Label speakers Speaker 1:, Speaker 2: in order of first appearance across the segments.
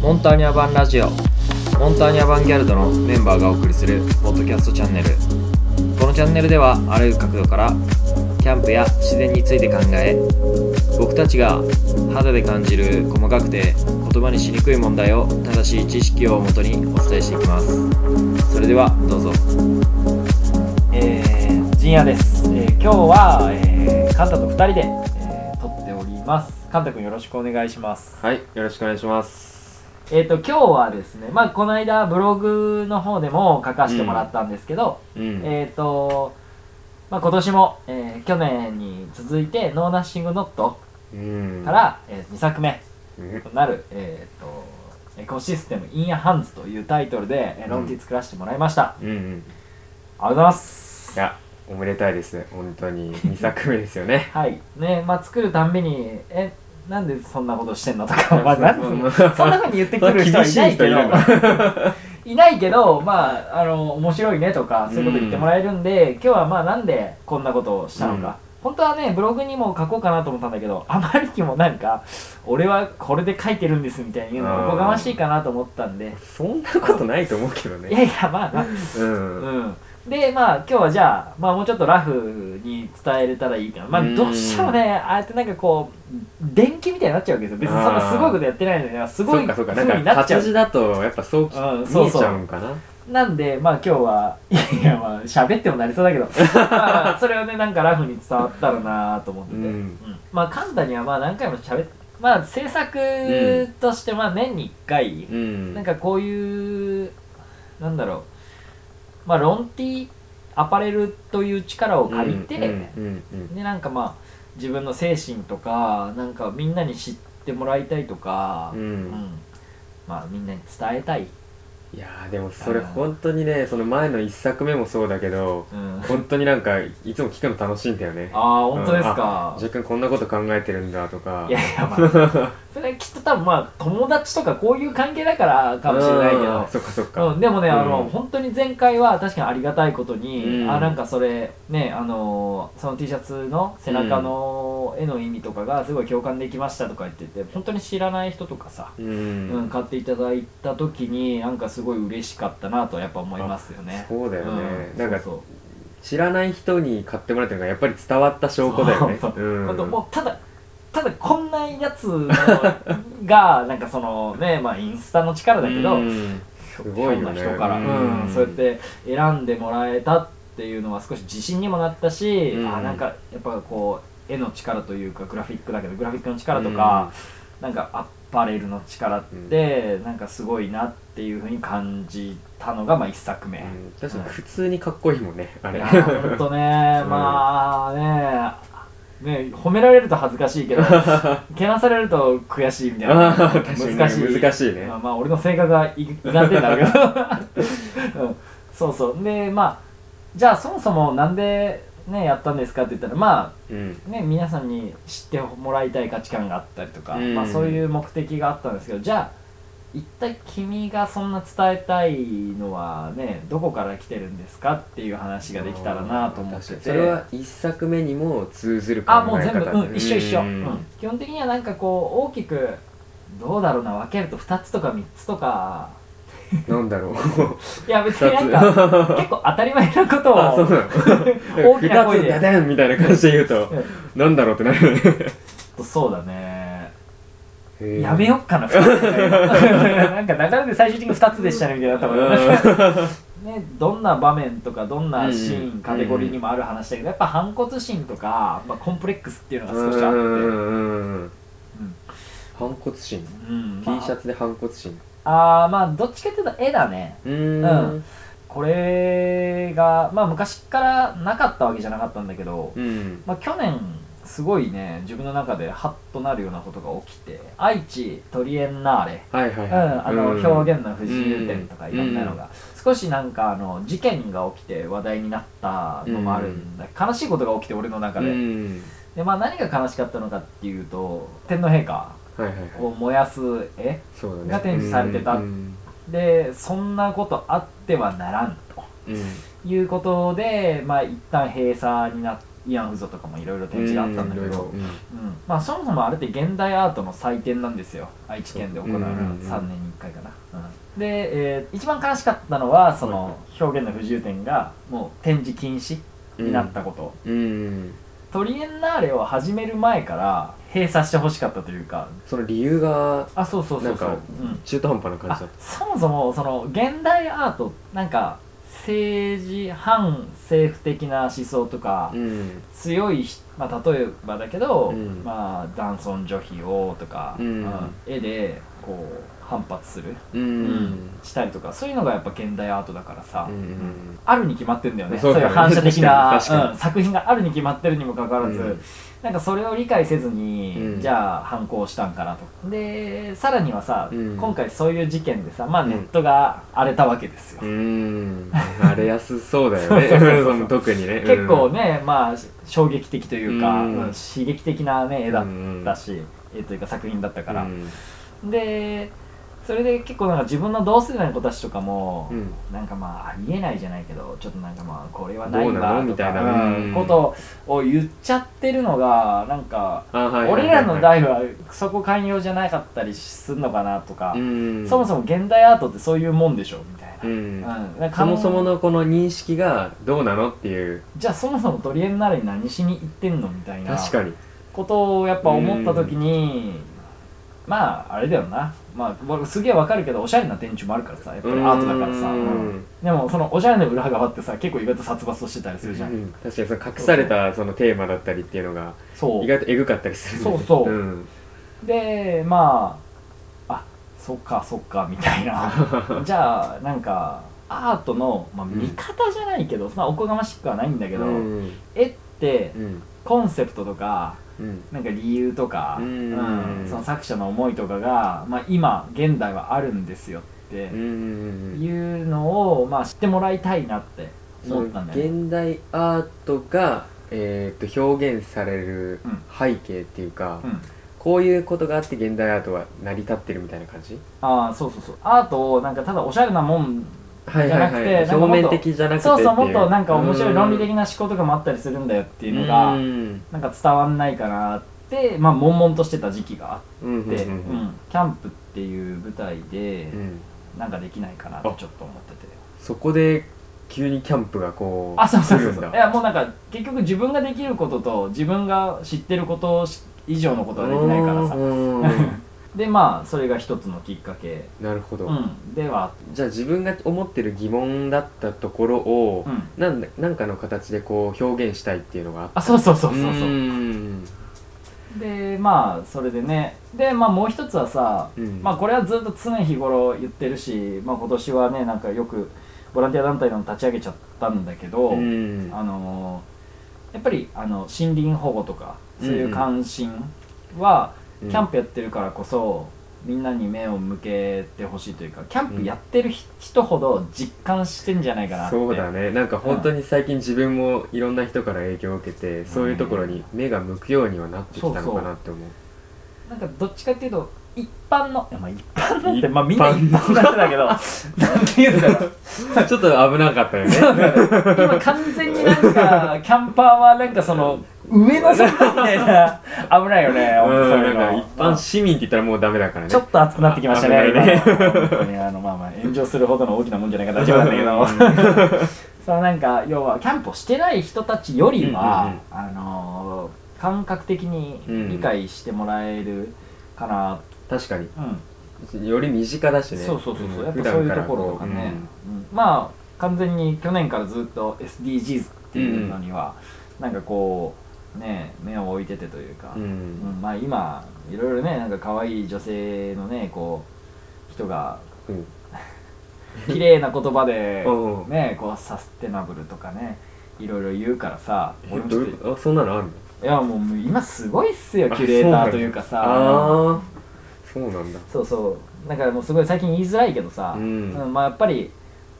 Speaker 1: モンターニャ版ラジオモンターニャ版ギャルドのメンバーがお送りするポッドキャストチャンネルこのチャンネルではあらゆる角度からキャンプや自然について考え僕たちが肌で感じる細かくて言葉にしにくい問題を正しい知識をもとにお伝えしていきますそれではどうぞえー、ジンヤです、えー今日は、えー、カンタと2人で、えー撮っておりますカンタ君よろしくお願いします
Speaker 2: はい、よろしくお願いします。
Speaker 1: えー、と今日はですね、まあ、この間ブログの方でも書かせてもらったんですけど、
Speaker 2: うん
Speaker 1: えっ、と、まあ、今年も、えー去年に続いて「ノーナッシングノット
Speaker 2: うん」
Speaker 1: から、え2作目
Speaker 2: うん
Speaker 1: となる、えーと「エコシステム・イン・ア・ハンズ」というタイトルで、えー、
Speaker 2: うん
Speaker 1: ロンティ作らせてもらいました、
Speaker 2: うんう
Speaker 1: あ
Speaker 2: ん。
Speaker 1: りがとうございます。
Speaker 2: いや、おめでたいですね。本当に。2作目ですよね
Speaker 1: はいねまあ作るたんびにえなんでそんなことしてんのとか、 まあ、なんでそんなそんなふうに言ってくる人はいないけど
Speaker 2: 厳しい人いるの
Speaker 1: いないけど、まあ、あの、面白いねとか、そういうこと言ってもらえるんで、今日はまあ、なんでこんなことをしたのか。本当はね、ブログにも書こうかなと思ったんだけど、あまりにもなんか、俺はこれで書いてるんですみたいに言うの
Speaker 2: あ
Speaker 1: お
Speaker 2: ー
Speaker 1: こがましいかなと思ったんで、
Speaker 2: そんなことないと思うけど
Speaker 1: いや
Speaker 2: ね。
Speaker 1: いや、まあまあ、
Speaker 2: うん。
Speaker 1: うん。で、まあ、今日はじゃあ、まあ、もうちょっとラフに伝えれたらいいかな。まあ、
Speaker 2: うん
Speaker 1: どうしてもね、ああやってなんかこう、電気みたいになっちゃうわけですよ。別にそんなすごいことやってないのに、すご
Speaker 2: そ
Speaker 1: いう
Speaker 2: かそうか。
Speaker 1: 風
Speaker 2: なん
Speaker 1: に
Speaker 2: か
Speaker 1: なっちゃう
Speaker 2: 活。字だと、やっぱそう
Speaker 1: うんそう
Speaker 2: 見え
Speaker 1: そう
Speaker 2: ちゃうんかな。
Speaker 1: なんで、まあ今日は、いやいや、まあ喋ってもなりそうだけ ど、まあそれをね、なんかラフに伝わったらなと思って
Speaker 2: う
Speaker 1: て、うん
Speaker 2: ん。
Speaker 1: まあカンタにはまあ何回も喋って、まあ制作としてまあ年に1回、
Speaker 2: うん。
Speaker 1: なんかこういう、なんだろう、まあロンティアパレルという力を借りて、
Speaker 2: うんうんうん
Speaker 1: でなんかまあ自分の精神とか、なんかみんなに知ってもらいたいとか、
Speaker 2: うん
Speaker 1: うんまあみんなに伝えたい。
Speaker 2: いやーでもそれ本当にねその前の1作目もそうだけど
Speaker 1: うん
Speaker 2: 本当になんかいつも聞くの楽しいんだよね
Speaker 1: ああ、本当です
Speaker 2: うん
Speaker 1: か。
Speaker 2: ジェイ君こんなこと考えてるんだとか
Speaker 1: いやいや、まあ、それはきっと多分まあ、友達とかこういう関係だからかもしれないけ
Speaker 2: うんそっかそっか
Speaker 1: ど、うん、でもね、あの、
Speaker 2: うん
Speaker 1: 本当に前回は確かにありがたいことに、
Speaker 2: うん
Speaker 1: あ、なんかそれ、ね、あのーその T シャツの背中の絵の意味とかがすごい共感できましたとか言ってて、本当に知らない人とかさ、
Speaker 2: うん
Speaker 1: うん、買っていただいた時に、なんかすごい嬉しかったなとはやっぱ思いますよね。
Speaker 2: そうだよね、
Speaker 1: うん
Speaker 2: なんか
Speaker 1: そうそう
Speaker 2: 知らない人に買ってもらってるのがやっぱり伝わった証拠だ よね
Speaker 1: そうそう
Speaker 2: うん
Speaker 1: あともうただただこんなやつのが なんかそのねまあインスタの力だけど、
Speaker 2: うん
Speaker 1: す
Speaker 2: ごいよね
Speaker 1: な人から、
Speaker 2: うん
Speaker 1: うんそうやって選んでもらえたっていうのは少し自信にもなったし、
Speaker 2: うん
Speaker 1: あなんかやっぱこう絵の力というかグラフィックだけどグラフィックの力とか、なんかアパレルの力って、なんかすごいなっていうふうに感じたのがまあ1作目。
Speaker 2: うん確かに普通にかっこいいもんね、あ
Speaker 1: い
Speaker 2: れ
Speaker 1: や ーほんとね、まあね、ね褒められると恥ずかし いけど、けなされると悔しいみたいな。
Speaker 2: あー確かに
Speaker 1: 難しい。
Speaker 2: 難しいね
Speaker 1: まあ、まあ俺の性格がい歪んでんだろう けど、うん。そうそう。で、まあ、じゃあそもそもなんで、ね、やったんですかって言ったら、ま
Speaker 2: うん
Speaker 1: あ、ね、皆さんに知ってもらいたい価値観があったりとか、
Speaker 2: うん
Speaker 1: まあ、そういう目的があったんですけど、じゃあ、一体君がそんな伝えたいのはねどこから来てるんですかっていう話ができたらなと思って
Speaker 2: 確かに
Speaker 1: て
Speaker 2: それは一作目にも通ずる考え
Speaker 1: あ
Speaker 2: 方
Speaker 1: もう全部、
Speaker 2: だ
Speaker 1: うん、一緒一緒、う
Speaker 2: うん
Speaker 1: ん基本的にはなんかこう大きくどうだろうな分けると2つとか3つとか
Speaker 2: なんだろう
Speaker 1: いや別になん
Speaker 2: 2
Speaker 1: か
Speaker 2: つ
Speaker 1: 結構当たり前なこと
Speaker 2: あそう
Speaker 1: を
Speaker 2: なの
Speaker 1: 大きな声
Speaker 2: 2
Speaker 1: で
Speaker 2: つダダンみたいな感じで言うとなんだろうってなるよね
Speaker 1: うんそうだね
Speaker 2: へー
Speaker 1: やめよっかな2つとか言う なんか流れで最終的に2つでしたねみたいになったもんねね、どんな場面とかどんなシーン、
Speaker 2: うん
Speaker 1: カテゴリーにもある話だけどやっぱ反骨心とか、まあ、コンプレックスっていうのが
Speaker 2: うん
Speaker 1: 少しあって、
Speaker 2: うん
Speaker 1: う
Speaker 2: うんうん
Speaker 1: ん
Speaker 2: 反骨心
Speaker 1: うんまあ
Speaker 2: T シャツで反骨心
Speaker 1: ああまあどっちかっていうと絵だね
Speaker 2: う
Speaker 1: うんこれがまあ昔からなかったわけじゃなかったんだけど、
Speaker 2: うん
Speaker 1: まあ、去年すごいね自分の中でハッとなるようなことが起きて愛知トリエンナーレ
Speaker 2: はいは
Speaker 1: う
Speaker 2: い
Speaker 1: ん、
Speaker 2: はい、
Speaker 1: あの表現の不自由点とか
Speaker 2: うん
Speaker 1: いろんなのが、少しなんかあの事件が起きて話題になったのもあるんだ、悲しいことが起きて俺の中で,、
Speaker 2: うん
Speaker 1: でまあ、何が悲しかったのかっていうと天皇陛下
Speaker 2: はいはいはい
Speaker 1: を燃やす絵
Speaker 2: そうだね
Speaker 1: が展示されてた
Speaker 2: うん
Speaker 1: でそんなことあってはならんと
Speaker 2: うん
Speaker 1: いうことで、まあ、一旦閉鎖になって。イアン・ウゾとかもいろいろ展示があったんだけ
Speaker 2: ういろいろ
Speaker 1: ど、
Speaker 2: うん
Speaker 1: うんまあ、そもそもあれって現代アートの祭典なんですよ愛知県で行われる
Speaker 2: うんうんうん
Speaker 1: 3年に1回かな、うんで、えー一番悲しかったのはその表現の不自由点がもう展示禁止になったこと、
Speaker 2: うん
Speaker 1: トリエンナーレを始める前から閉鎖してほしかったというか
Speaker 2: その理由が
Speaker 1: あそうそうそうそう
Speaker 2: なんか
Speaker 1: うん
Speaker 2: 中途半端な感じ
Speaker 1: あ
Speaker 2: だっ
Speaker 1: そもそもその現代アートなんか政治反政府的な思想とか、
Speaker 2: たうん
Speaker 1: 強いひ、まあ、例えばだけど、
Speaker 2: うん
Speaker 1: まあ、男尊女卑をとか、
Speaker 2: うん
Speaker 1: まあ絵でこう反発する、
Speaker 2: う
Speaker 1: したりとかそういうのがやっぱ現代アートだからさ、
Speaker 2: うんうん
Speaker 1: あるに決まってるんだよねそ,、
Speaker 2: そううだ
Speaker 1: い
Speaker 2: ね
Speaker 1: う反射的な、
Speaker 2: 確かに確かに
Speaker 1: うん作品があるに決まってるにもかかわらず、
Speaker 2: うん
Speaker 1: なんかそれを理解せずに、
Speaker 2: うん
Speaker 1: じゃあ反抗したんかなとでさらにはさ、
Speaker 2: うん
Speaker 1: 今回そういう事件でさまあネットが荒れたわけですよ、
Speaker 2: うん荒れやすそうだよ ね
Speaker 1: そうそうそうそう
Speaker 2: その特にね
Speaker 1: 結構ね、まあ衝撃的というか、
Speaker 2: うん
Speaker 1: うん刺激的な、ね、絵だっ
Speaker 2: うん
Speaker 1: たし、絵というか作品だった
Speaker 2: う
Speaker 1: から、
Speaker 2: ん
Speaker 1: でそれで結構なんか自分の同世代の子たちとかも、
Speaker 2: うん
Speaker 1: なんかまあありえないじゃないけどちょっとなんかまあこれはないわと
Speaker 2: どうなの
Speaker 1: か
Speaker 2: みたいな
Speaker 1: うん
Speaker 2: うん
Speaker 1: ことを言っちゃってるのがなんか、
Speaker 2: あはいはいはい
Speaker 1: 俺らの代はそこ寛容じゃなかったりするのかなとか、
Speaker 2: うん
Speaker 1: そもそも現代アートってそういうもんでしょみたいな。
Speaker 2: うん
Speaker 1: うんなんか
Speaker 2: そもそものこの認識がどうなのっていう
Speaker 1: じゃあそもそもトリエンナーレに何しに行ってんのみたいな
Speaker 2: 確かに
Speaker 1: ことをやっぱ思った時に、まああれだよなまあ僕すげえわかるけどおしゃれな店長もあるからさやっぱりアートだからさ、
Speaker 2: うん
Speaker 1: うんでもそのおしゃれの裏側ってさ結構意外と殺伐としてたりするじゃん、
Speaker 2: うん確かにその隠されたそのテーマだったりっていうのが
Speaker 1: そう
Speaker 2: 意外とエグかったりする
Speaker 1: そうそう
Speaker 2: うん
Speaker 1: でまああそっかそっかみたい なじゃあなんかアートの、まあ、見方じゃないけど、そんなおこがましくはないんだけど、
Speaker 2: うん
Speaker 1: 絵って
Speaker 2: うん
Speaker 1: コンセプトとか
Speaker 2: うん
Speaker 1: なんか理由とか、
Speaker 2: うん
Speaker 1: うんその作者の思いとかが、まあ、今現代はあるんですよって
Speaker 2: うんうん
Speaker 1: いうのを、まあ、知ってもらいたいなって思ったんだよね。
Speaker 2: 現代アートが、えーっと表現される
Speaker 1: うん
Speaker 2: 背景っていうか、
Speaker 1: うん、
Speaker 2: こういうことがあって現代アートは成り立ってるみたいな感じ
Speaker 1: ああそうそうそうアートをなんかただおしゃれなもん
Speaker 2: はい
Speaker 1: はいはいじゃなくてなんかもっと
Speaker 2: 表面的じゃなくて
Speaker 1: そうそうもっとなんか面白い論理的
Speaker 2: っ
Speaker 1: な思考とかもあったりするんだよって
Speaker 2: て
Speaker 1: い
Speaker 2: いうう
Speaker 1: の
Speaker 2: の
Speaker 1: が、
Speaker 2: がうん
Speaker 1: なんか伝わんないかなってまあ悶々としてた時期があ
Speaker 2: うん
Speaker 1: って、
Speaker 2: う
Speaker 1: うん
Speaker 2: うんうん
Speaker 1: んキャンプっていう舞台で
Speaker 2: うん
Speaker 1: なんかできないかなってちょっと思ってて。
Speaker 2: そこで急にキャンプがこう
Speaker 1: あそうそうそうそう
Speaker 2: 来るん
Speaker 1: い
Speaker 2: だ
Speaker 1: やもうなんか結局自分ができることと自分が知ってること以上のことはできないからさ
Speaker 2: うんうん
Speaker 1: でまあそれが一つのきっかけ、
Speaker 2: なるほど、
Speaker 1: うん、では、
Speaker 2: じゃあ自分が思ってる疑問だったところを、
Speaker 1: うん、
Speaker 2: なんだなんかの形でこう表現したいっていうのがあっ
Speaker 1: あ
Speaker 2: た
Speaker 1: そうそうそうそう
Speaker 2: う
Speaker 1: そ
Speaker 2: ん
Speaker 1: うでまあそれでねでまあもう一つはさ、
Speaker 2: うん
Speaker 1: まあこれはずっと常日頃言ってるし、まあ、今年はねなんかよくボランティア団体の立ち上げちゃったんだけど、
Speaker 2: うん
Speaker 1: あのーやっぱりあの森林保護とかそういう関心は、
Speaker 2: うん
Speaker 1: キャンプやってるからこそみんなに目を向けてほしいというかキャンプやってるひ人ほど実感してんじゃないかなって
Speaker 2: そうだねなんか本当に最近自分もいろんな人から影響を受けて、そういうところに目が向くようにはなってきたのかなって思う
Speaker 1: なんかどっちかっていうと一般のいやまあ一般のってまあみんな一般だってだ けどなんて言うんだろう
Speaker 2: ちょっと危なかったよね
Speaker 1: 今完全に なんかキャンパーはなんかその上の世代みたいな危ないよね
Speaker 2: う
Speaker 1: 本当
Speaker 2: ん
Speaker 1: そうい
Speaker 2: な
Speaker 1: うんの
Speaker 2: か一般市民って言ったらもうダメだからね
Speaker 1: ちょっと熱くなってきました
Speaker 2: あ
Speaker 1: ね、
Speaker 2: 危ないね
Speaker 1: 今の本当にあの、まあまあ、炎上するほどの大きなもんじゃないから大丈夫なんだけど、そのなんか、要は、キャンプをしてない人たちよりは、あのー感覚的に理解してもらえるかな、
Speaker 2: 確か
Speaker 1: うん
Speaker 2: により身近だしね
Speaker 1: そうそうそうそう、
Speaker 2: ん
Speaker 1: やっぱそ
Speaker 2: 普
Speaker 1: う
Speaker 2: 段
Speaker 1: いう
Speaker 2: から
Speaker 1: ところとかね、うんまあ、完全に去年からずっと SDGs っていうのには、なんかこう、ね、目を置いててというか、
Speaker 2: うん、う
Speaker 1: うんん、まあ今いろいろねなんか可愛い女性のねこう人が
Speaker 2: うん
Speaker 1: 綺麗な言葉で
Speaker 2: おうおう
Speaker 1: ねこうサステナブルとかねいろいろ言うからさ俺もちょっとい
Speaker 2: あそんなのあるの
Speaker 1: やもう今すごいっすよキュレーターというかさ
Speaker 2: あそうなんだ
Speaker 1: そうそうなんかもうすごい最近言いづらいけどさ、
Speaker 2: うん
Speaker 1: うまあやっぱり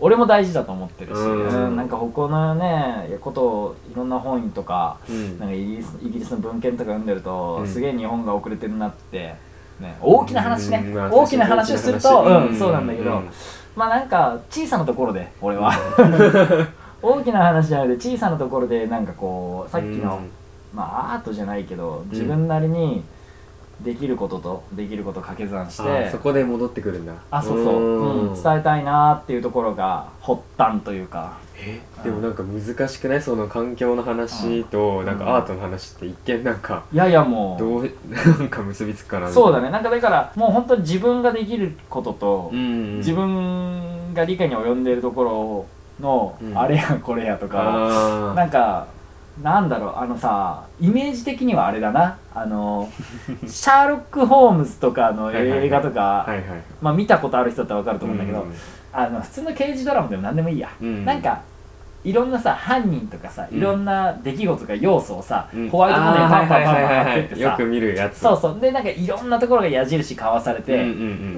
Speaker 1: 俺も大事だと思ってるし、
Speaker 2: うん
Speaker 1: うんなんか他のねことをいろんな本とか
Speaker 2: うん
Speaker 1: なんかイギリスイギリスの文献とか読んでると、
Speaker 2: うん
Speaker 1: すげえ日本が遅れてるなって、ね、大きな話ね、
Speaker 2: うんまあ
Speaker 1: 大きな話をすると、
Speaker 2: 大きな話
Speaker 1: うんそうなんだけど、
Speaker 2: うん
Speaker 1: まあなんか小さなところで俺は、大きな話じゃなくて小さなところでなんかこうさっきの、
Speaker 2: うん
Speaker 1: まあアートじゃないけど自分なりにできることとできることを掛け算して、
Speaker 2: あそこで戻ってくるんだ
Speaker 1: あそうそう、
Speaker 2: ん
Speaker 1: うん伝えたいなーっていうところが発端というか
Speaker 2: えでもなんか難しくないその環境の話となんかアートの話って一見なんか
Speaker 1: いやいやもう
Speaker 2: どう なんか結びつくかな
Speaker 1: そうだ
Speaker 2: ね
Speaker 1: ねなんかだからもう本当に自分ができることと、
Speaker 2: うん
Speaker 1: 自分が理解に及んでいるところの、
Speaker 2: うん
Speaker 1: あれやこれやとか
Speaker 2: あ
Speaker 1: なんかなんだろうあのさイメージ的にはあれだなあ のシャーロック・ホームズとかの映画とか、
Speaker 2: あはいはい
Speaker 1: まあ、見たことある人だったら分かると思うんだけど、
Speaker 2: うん
Speaker 1: あの普通の刑事ドラマでも何でもいいや、
Speaker 2: うん
Speaker 1: なんかいろんなさ犯人とかさ
Speaker 2: うん
Speaker 1: いろんな出来事とか要素をさ、
Speaker 2: うん
Speaker 1: ホワイトボードにパンパンパンパン
Speaker 2: あーはいはいはいはい
Speaker 1: 貼ってって
Speaker 2: よ
Speaker 1: さ
Speaker 2: く見るやつ
Speaker 1: そうそうでなんかいろんなところが矢印かわされ
Speaker 2: うんう
Speaker 1: て、
Speaker 2: んう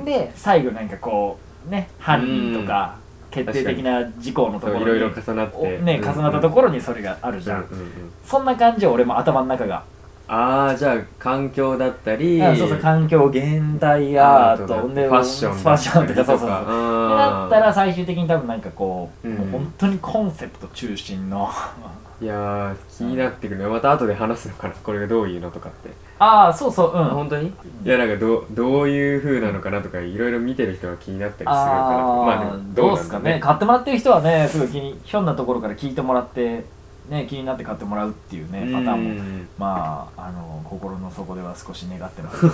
Speaker 2: ん
Speaker 1: で最後なんかこうね犯人とか決定的な事項のとこ
Speaker 2: そ
Speaker 1: ろ
Speaker 2: うい
Speaker 1: に
Speaker 2: ろいろ重なっ
Speaker 1: お
Speaker 2: て
Speaker 1: ね重なったところにそれがあるじ
Speaker 2: じ
Speaker 1: ゃ
Speaker 2: ゃ
Speaker 1: ん、
Speaker 2: んうんうん
Speaker 1: そんな感じよ俺も頭の中が、
Speaker 2: ああじゃあ環境だったり
Speaker 1: あそうそう環境現代アー
Speaker 2: アートだ
Speaker 1: ト
Speaker 2: っ
Speaker 1: で
Speaker 2: てファッション
Speaker 1: ファッションとかそうそうそうってな
Speaker 2: な
Speaker 1: ったら最終的に多分なんかこう、
Speaker 2: うん
Speaker 1: もう本当にコンセプト中心の
Speaker 2: いやー気になってくるねまた後で話すのかなこれがどういうのとかって
Speaker 1: ああそうそううん
Speaker 2: あ本当にいやなんかどうどういう風なのかなとかいろいろ見てる人が気になったりするから
Speaker 1: あ
Speaker 2: まあ
Speaker 1: あ
Speaker 2: でも
Speaker 1: ど
Speaker 2: ど
Speaker 1: うで
Speaker 2: うな
Speaker 1: す
Speaker 2: ん
Speaker 1: か
Speaker 2: だ
Speaker 1: ね
Speaker 2: ね
Speaker 1: 買ってもらってる人はねすぐ気にひょんなところから聞いてもらって、ね、気になって買ってもらうっていうねパターンも
Speaker 2: も
Speaker 1: まああの心の底では少し願ってます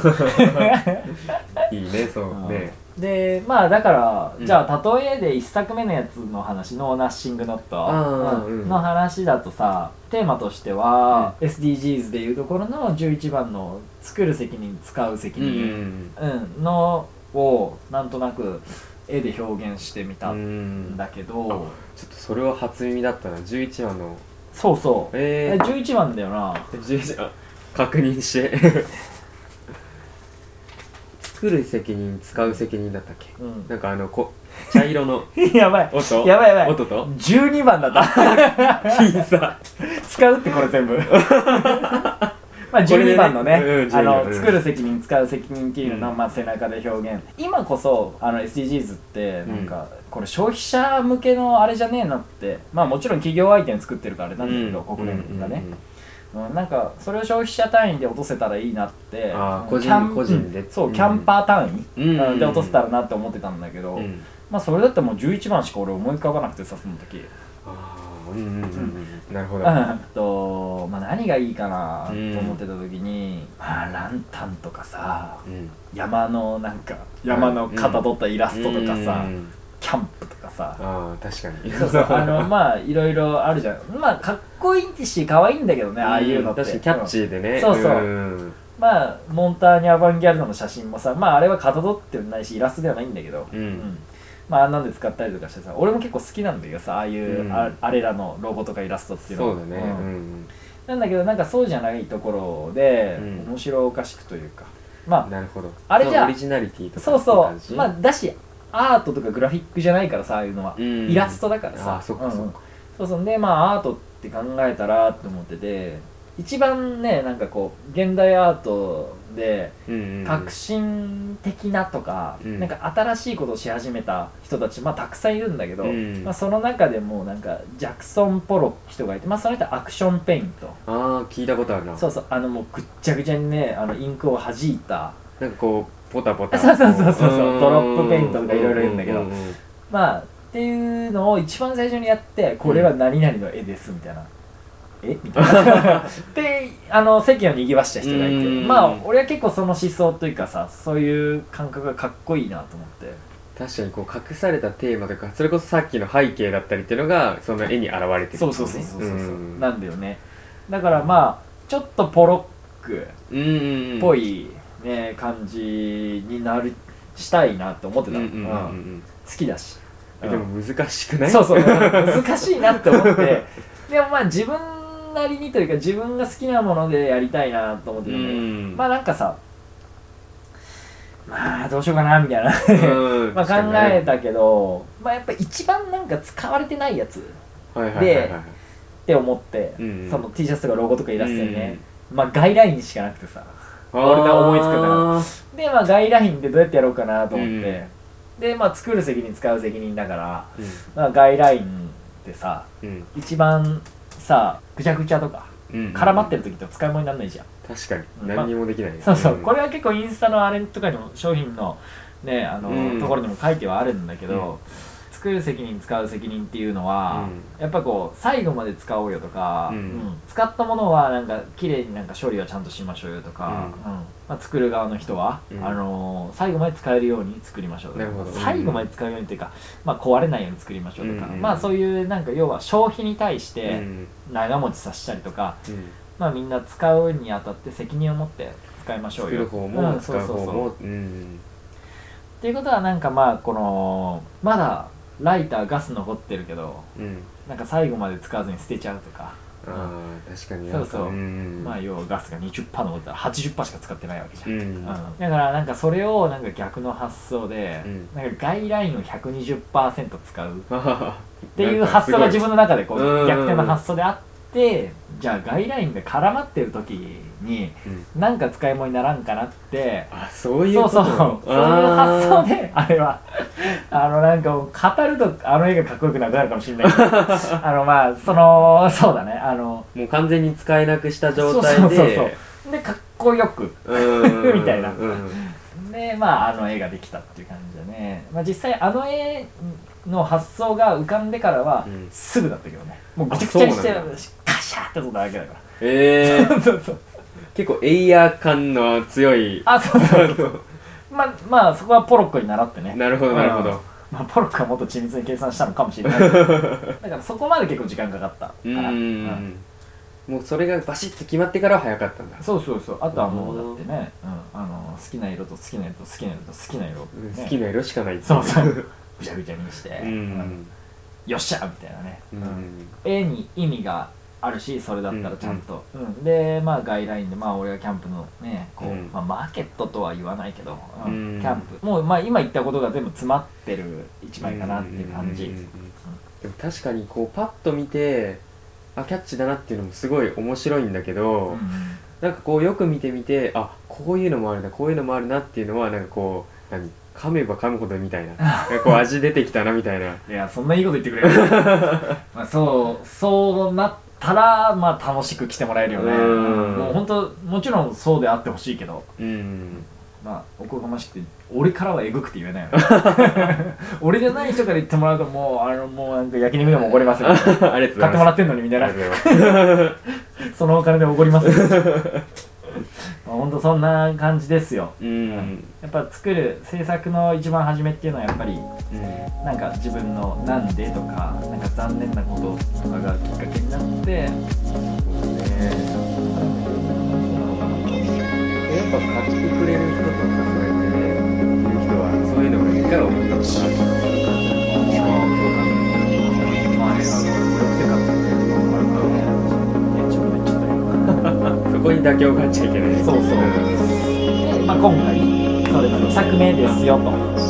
Speaker 2: いいねそうね
Speaker 1: でまあだから、
Speaker 2: うん
Speaker 1: じゃあ例えで1作目のやつの話の「ナッシング・ノット」
Speaker 2: あー
Speaker 1: うん
Speaker 2: うん
Speaker 1: の話だとさテーマとしては、SDGs でいうところの11番の「作る責任使う責
Speaker 2: うん
Speaker 1: 任」うんのをなんとなく絵で表現してみた
Speaker 2: うんん
Speaker 1: だけど、
Speaker 2: ちょっとそれは初耳だったな11話の
Speaker 1: そうそうえ
Speaker 2: えー
Speaker 1: 11番だよな
Speaker 2: 11話確認して 作る責任使う責任だったっけ
Speaker 1: う
Speaker 2: なんかあのこ茶色の
Speaker 1: ん やばい
Speaker 2: 音
Speaker 1: やばいやばい
Speaker 2: 音と
Speaker 1: 12番だった
Speaker 2: 僅差
Speaker 1: 使うってこれ全部 まあ
Speaker 2: これでね
Speaker 1: 12番のね
Speaker 2: うん12
Speaker 1: あの
Speaker 2: うん
Speaker 1: 作る責任使う責任っていうの
Speaker 2: う
Speaker 1: を
Speaker 2: ん
Speaker 1: まあ背中で表現今こそあの SDGs ってなんか、これ消費者向けのあれじゃねえなってまあもちろん企業相手に作ってるからあれなんだけど、国連がね、うん、なんかそれを消費者単位で落とせたらいいなって
Speaker 2: あー
Speaker 1: うん
Speaker 2: 個人
Speaker 1: キャン
Speaker 2: 個人で
Speaker 1: うんそううんキャンパー単
Speaker 2: うんうんうん
Speaker 1: 位で落とせたらなって思ってたんだけど、
Speaker 2: うんうんうん
Speaker 1: まあそれだったらもう11番しか俺思い浮かばなくてさその時
Speaker 2: あーうんうんうんうんなるほど
Speaker 1: うんとまあ、何がいいかなと
Speaker 2: うん
Speaker 1: 思ってた時に、まあ、ランタンとかさ
Speaker 2: うん
Speaker 1: 山のなんか山のかたどったイラストとかさ、
Speaker 2: うん
Speaker 1: キャンプとかさ、
Speaker 2: ああ確かに
Speaker 1: そうそう あのまあいろいろあるじゃんまあかっこいいし可愛いんだけどねああいうのって
Speaker 2: 確かにキャッチーでね
Speaker 1: そうそうんうんまあモンターニャ・アバンギャルドの写真もさまああれはかたどってないしイラストではないんだけど、
Speaker 2: うん
Speaker 1: まああんなんで使ったりとかしてさ俺も結構好きなんだけどさああいう、
Speaker 2: うん
Speaker 1: ああれらのロゴとかイラストっていうのは
Speaker 2: そうだ
Speaker 1: ん
Speaker 2: ねうん
Speaker 1: なんだけどなんかそうじゃないところで、
Speaker 2: うん
Speaker 1: 面白おかしくというかま
Speaker 2: なるほど
Speaker 1: あれじゃあ
Speaker 2: そのオリジナリティと
Speaker 1: あ
Speaker 2: か
Speaker 1: そう
Speaker 2: って感
Speaker 1: そ
Speaker 2: じ
Speaker 1: うまあだしアートとかグラフィックじゃないからさああいうのは、
Speaker 2: うん
Speaker 1: イラストだからさ
Speaker 2: あそっかそっか
Speaker 1: うんそうそうでまあアートって考えたらって思ってて一番ねなんかこう現代アートで
Speaker 2: うんうんうん
Speaker 1: 革新的なとか、
Speaker 2: うん
Speaker 1: なんか新しいことをし始めた人たちまあたくさんいるんだけど、
Speaker 2: うん
Speaker 1: まあ、その中でもなんかジャクソン・ポロ人がいてまあその人はアクションペイント
Speaker 2: ああ聞いたことあるな
Speaker 1: そうそうあのもうぐっちゃぐちゃにねあのインクを弾いた
Speaker 2: なんかこうポタポタ
Speaker 1: そうそうそうそうそうんドロップペイントとかいろいろ言うんだけど
Speaker 2: うう
Speaker 1: まあっていうのを一番最初にやってこれは何々の絵ですみたいな、えみたい なであの席を賑わした人がいて
Speaker 2: うん
Speaker 1: まあ俺は結構その思想というかさそういう感覚がかっこいいなと思って
Speaker 2: 確かにこう隠されたテーマとかそれこそさっきの背景だったりっていうのがその絵に現れてる
Speaker 1: そうそうそうそうそうそう
Speaker 2: うん
Speaker 1: なんだよねだからまあちょっとポロック
Speaker 2: うんうんうん
Speaker 1: っぽい、ね感じになるしたいなって思って
Speaker 2: うん
Speaker 1: た、
Speaker 2: うんうんうん
Speaker 1: うん好きだし、
Speaker 2: え
Speaker 1: うん
Speaker 2: でも難しくない
Speaker 1: そうそう難しいなって思って でもまあ自分なりにというか自分が好きなものでやりたいなと思って
Speaker 2: う
Speaker 1: るんだけど
Speaker 2: ん
Speaker 1: まあなんかさまあどうしようかなみたいな
Speaker 2: うん
Speaker 1: まあ考
Speaker 2: 確
Speaker 1: え
Speaker 2: かにね
Speaker 1: たけどまあやっぱ一番なんか使われてないやつっ
Speaker 2: はいはいはいはい
Speaker 1: て思って、
Speaker 2: うん
Speaker 1: その T シャツとかロゴとかイラストにね、まあガイラインしかなくてさ
Speaker 2: うん
Speaker 1: 俺が思いつく
Speaker 2: あー
Speaker 1: でまあガイラインってどうやってやろうかなと思って、
Speaker 2: うん
Speaker 1: でまあ作る責任使う責任だから
Speaker 2: うん
Speaker 1: まあ、外来員ってさ
Speaker 2: うん
Speaker 1: 一番さぐちゃぐちゃとか
Speaker 2: うん
Speaker 1: 絡まってる時って使い物にならないじゃん、
Speaker 2: 確かに
Speaker 1: うん
Speaker 2: 何にもできないね、
Speaker 1: そうそう、
Speaker 2: ん
Speaker 1: これは結構インスタのあれとかにも商品のねあの、
Speaker 2: うん
Speaker 1: ところにも書いてはあるんだけど、作る責任使う責任っていうのは、やっぱこう最後まで使おうよとか、
Speaker 2: うん
Speaker 1: 使ったものはなんか綺麗になんか処理はちゃんとしましょうよとか、
Speaker 2: う
Speaker 1: うんまあ、作る側の人は、
Speaker 2: うん
Speaker 1: あのー最後まで使えるように作りましょうとか
Speaker 2: なるほど
Speaker 1: 最後まで使うようにっていうか、まあ、壊れないように作りましょうとか、
Speaker 2: うん
Speaker 1: まあそういうなんか要は消費に対し
Speaker 2: うんう
Speaker 1: て
Speaker 2: ん
Speaker 1: 長持ちさせたりとか、
Speaker 2: うん
Speaker 1: まあ、みんな使うにあたって責任を持って使いましょ
Speaker 2: 作
Speaker 1: うよ
Speaker 2: る方も
Speaker 1: ん
Speaker 2: 使う方
Speaker 1: そうそうそう
Speaker 2: もうん
Speaker 1: っていうことはなんかまあこのまだライターガス残ってるけど
Speaker 2: うん
Speaker 1: なんか最後まで使わずに捨てちゃうとか、
Speaker 2: ああ確かに
Speaker 1: そうそう
Speaker 2: うん
Speaker 1: まあ要はガスが20%残ったら80%しか使ってないわけじゃん、
Speaker 2: うん
Speaker 1: うん だからなんかそれをなんか逆の発想で、
Speaker 2: うん
Speaker 1: なんかガイラインを120%使うっ
Speaker 2: あはは
Speaker 1: ていう発想が自分の中でこう
Speaker 2: なんかすごい
Speaker 1: 逆転の発想であってじゃあガイラインが絡まってる時に
Speaker 2: うん
Speaker 1: なんか使い物にならんかなって
Speaker 2: あそういう
Speaker 1: そ
Speaker 2: こ
Speaker 1: うそ
Speaker 2: と
Speaker 1: うそういう発想であれ はあのなんかもう語るとあの映画かっこよくなくなるかもし れないけどあのまあそのそうだねあの
Speaker 2: もう完全に使えなくした状態で
Speaker 1: そうそうそうそうでかっこよく
Speaker 2: う ん
Speaker 1: みたいな
Speaker 2: うん
Speaker 1: でまああの絵ができたっていう感じだね、まあ、実際あの絵の発想が浮かんでからは
Speaker 2: うん
Speaker 1: すぐだったけどね、もうぐちゃぐちゃにして
Speaker 2: あそうなんだ
Speaker 1: カシャーってことだけだか
Speaker 2: ええ
Speaker 1: ら そうそう
Speaker 2: 結構エイヤー感の強い
Speaker 1: あそうそうそうまあまあそこはポロッコに習ってね
Speaker 2: なるほどなるほ
Speaker 1: うん
Speaker 2: ど
Speaker 1: まあ、ポロックはもっと緻密に計算したのかもしれないけ どだからそこまで結構時間かかったか
Speaker 2: う
Speaker 1: ら
Speaker 2: んもうそれがバシッと決まってからは早かったんだ
Speaker 1: そうそうそうあとはもうだってね、うん、あの好きな色と好きな色と好きな色と好きな色を
Speaker 2: うん
Speaker 1: ね
Speaker 2: 好きな色しかない
Speaker 1: そうそうぐちゃぐちゃにして、
Speaker 2: う
Speaker 1: うん
Speaker 2: ん
Speaker 1: よっしゃみたいなね、
Speaker 2: うんうん
Speaker 1: 絵に意味があるしそれだったらちゃんと、うんでまあガイラインでまあ俺はキャンプのねこう、
Speaker 2: うん
Speaker 1: まあ、マーケットとは言わないけど、
Speaker 2: うん
Speaker 1: キャンプもうまあ今言ったことが全部詰まってる一枚かなっていう感じ、
Speaker 2: んんんんでも確かにこうパッと見てあキャッチだなっていうのもすごい面白いんだけど、
Speaker 1: うん
Speaker 2: なんかこうよく見てみてあこういうのもあるなこういうのもあるなっていうのはなんかこう何噛めば噛むほどみたいななんかこう味出てきたなみたいない
Speaker 1: やそんないいこと言ってくれる まあそうそうなったらまあ楽しく来てもらえるよね
Speaker 2: うん
Speaker 1: もう本当もちろんそうであってほしいけど
Speaker 2: うん
Speaker 1: まあおこがましくて俺からはえぐくて言えないよね 俺じゃない人から言ってもらうともうあのもうなんか焼肉でも怒ります よ
Speaker 2: ありがとうござ
Speaker 1: 買っ
Speaker 2: い
Speaker 1: てもら
Speaker 2: ます
Speaker 1: ってんのにみたい
Speaker 2: あ
Speaker 1: な
Speaker 2: りがとうございます
Speaker 1: そのお金で怒り ますよまあ本当そんな感じですよ
Speaker 2: うん
Speaker 1: やっぱ作る制作の一番初めっていうのはやっぱり
Speaker 2: うん
Speaker 1: なんか自分の「なんで?」とかなんか残念なこととかがきっかけになって
Speaker 2: そうねやっぱ買ってくれる人とかそうやってねいる人はそういうのがいいから思ったことあるとかそういう感じだ
Speaker 1: まあ、そうか。まあ、映画の魅力っていうか、ね、あるからね。ちょっと言っちゃったけ
Speaker 2: そこに妥協があっちゃいけない
Speaker 1: そうそう
Speaker 2: うん
Speaker 1: ど。で、まあ、今回、そうです。作名ですよと。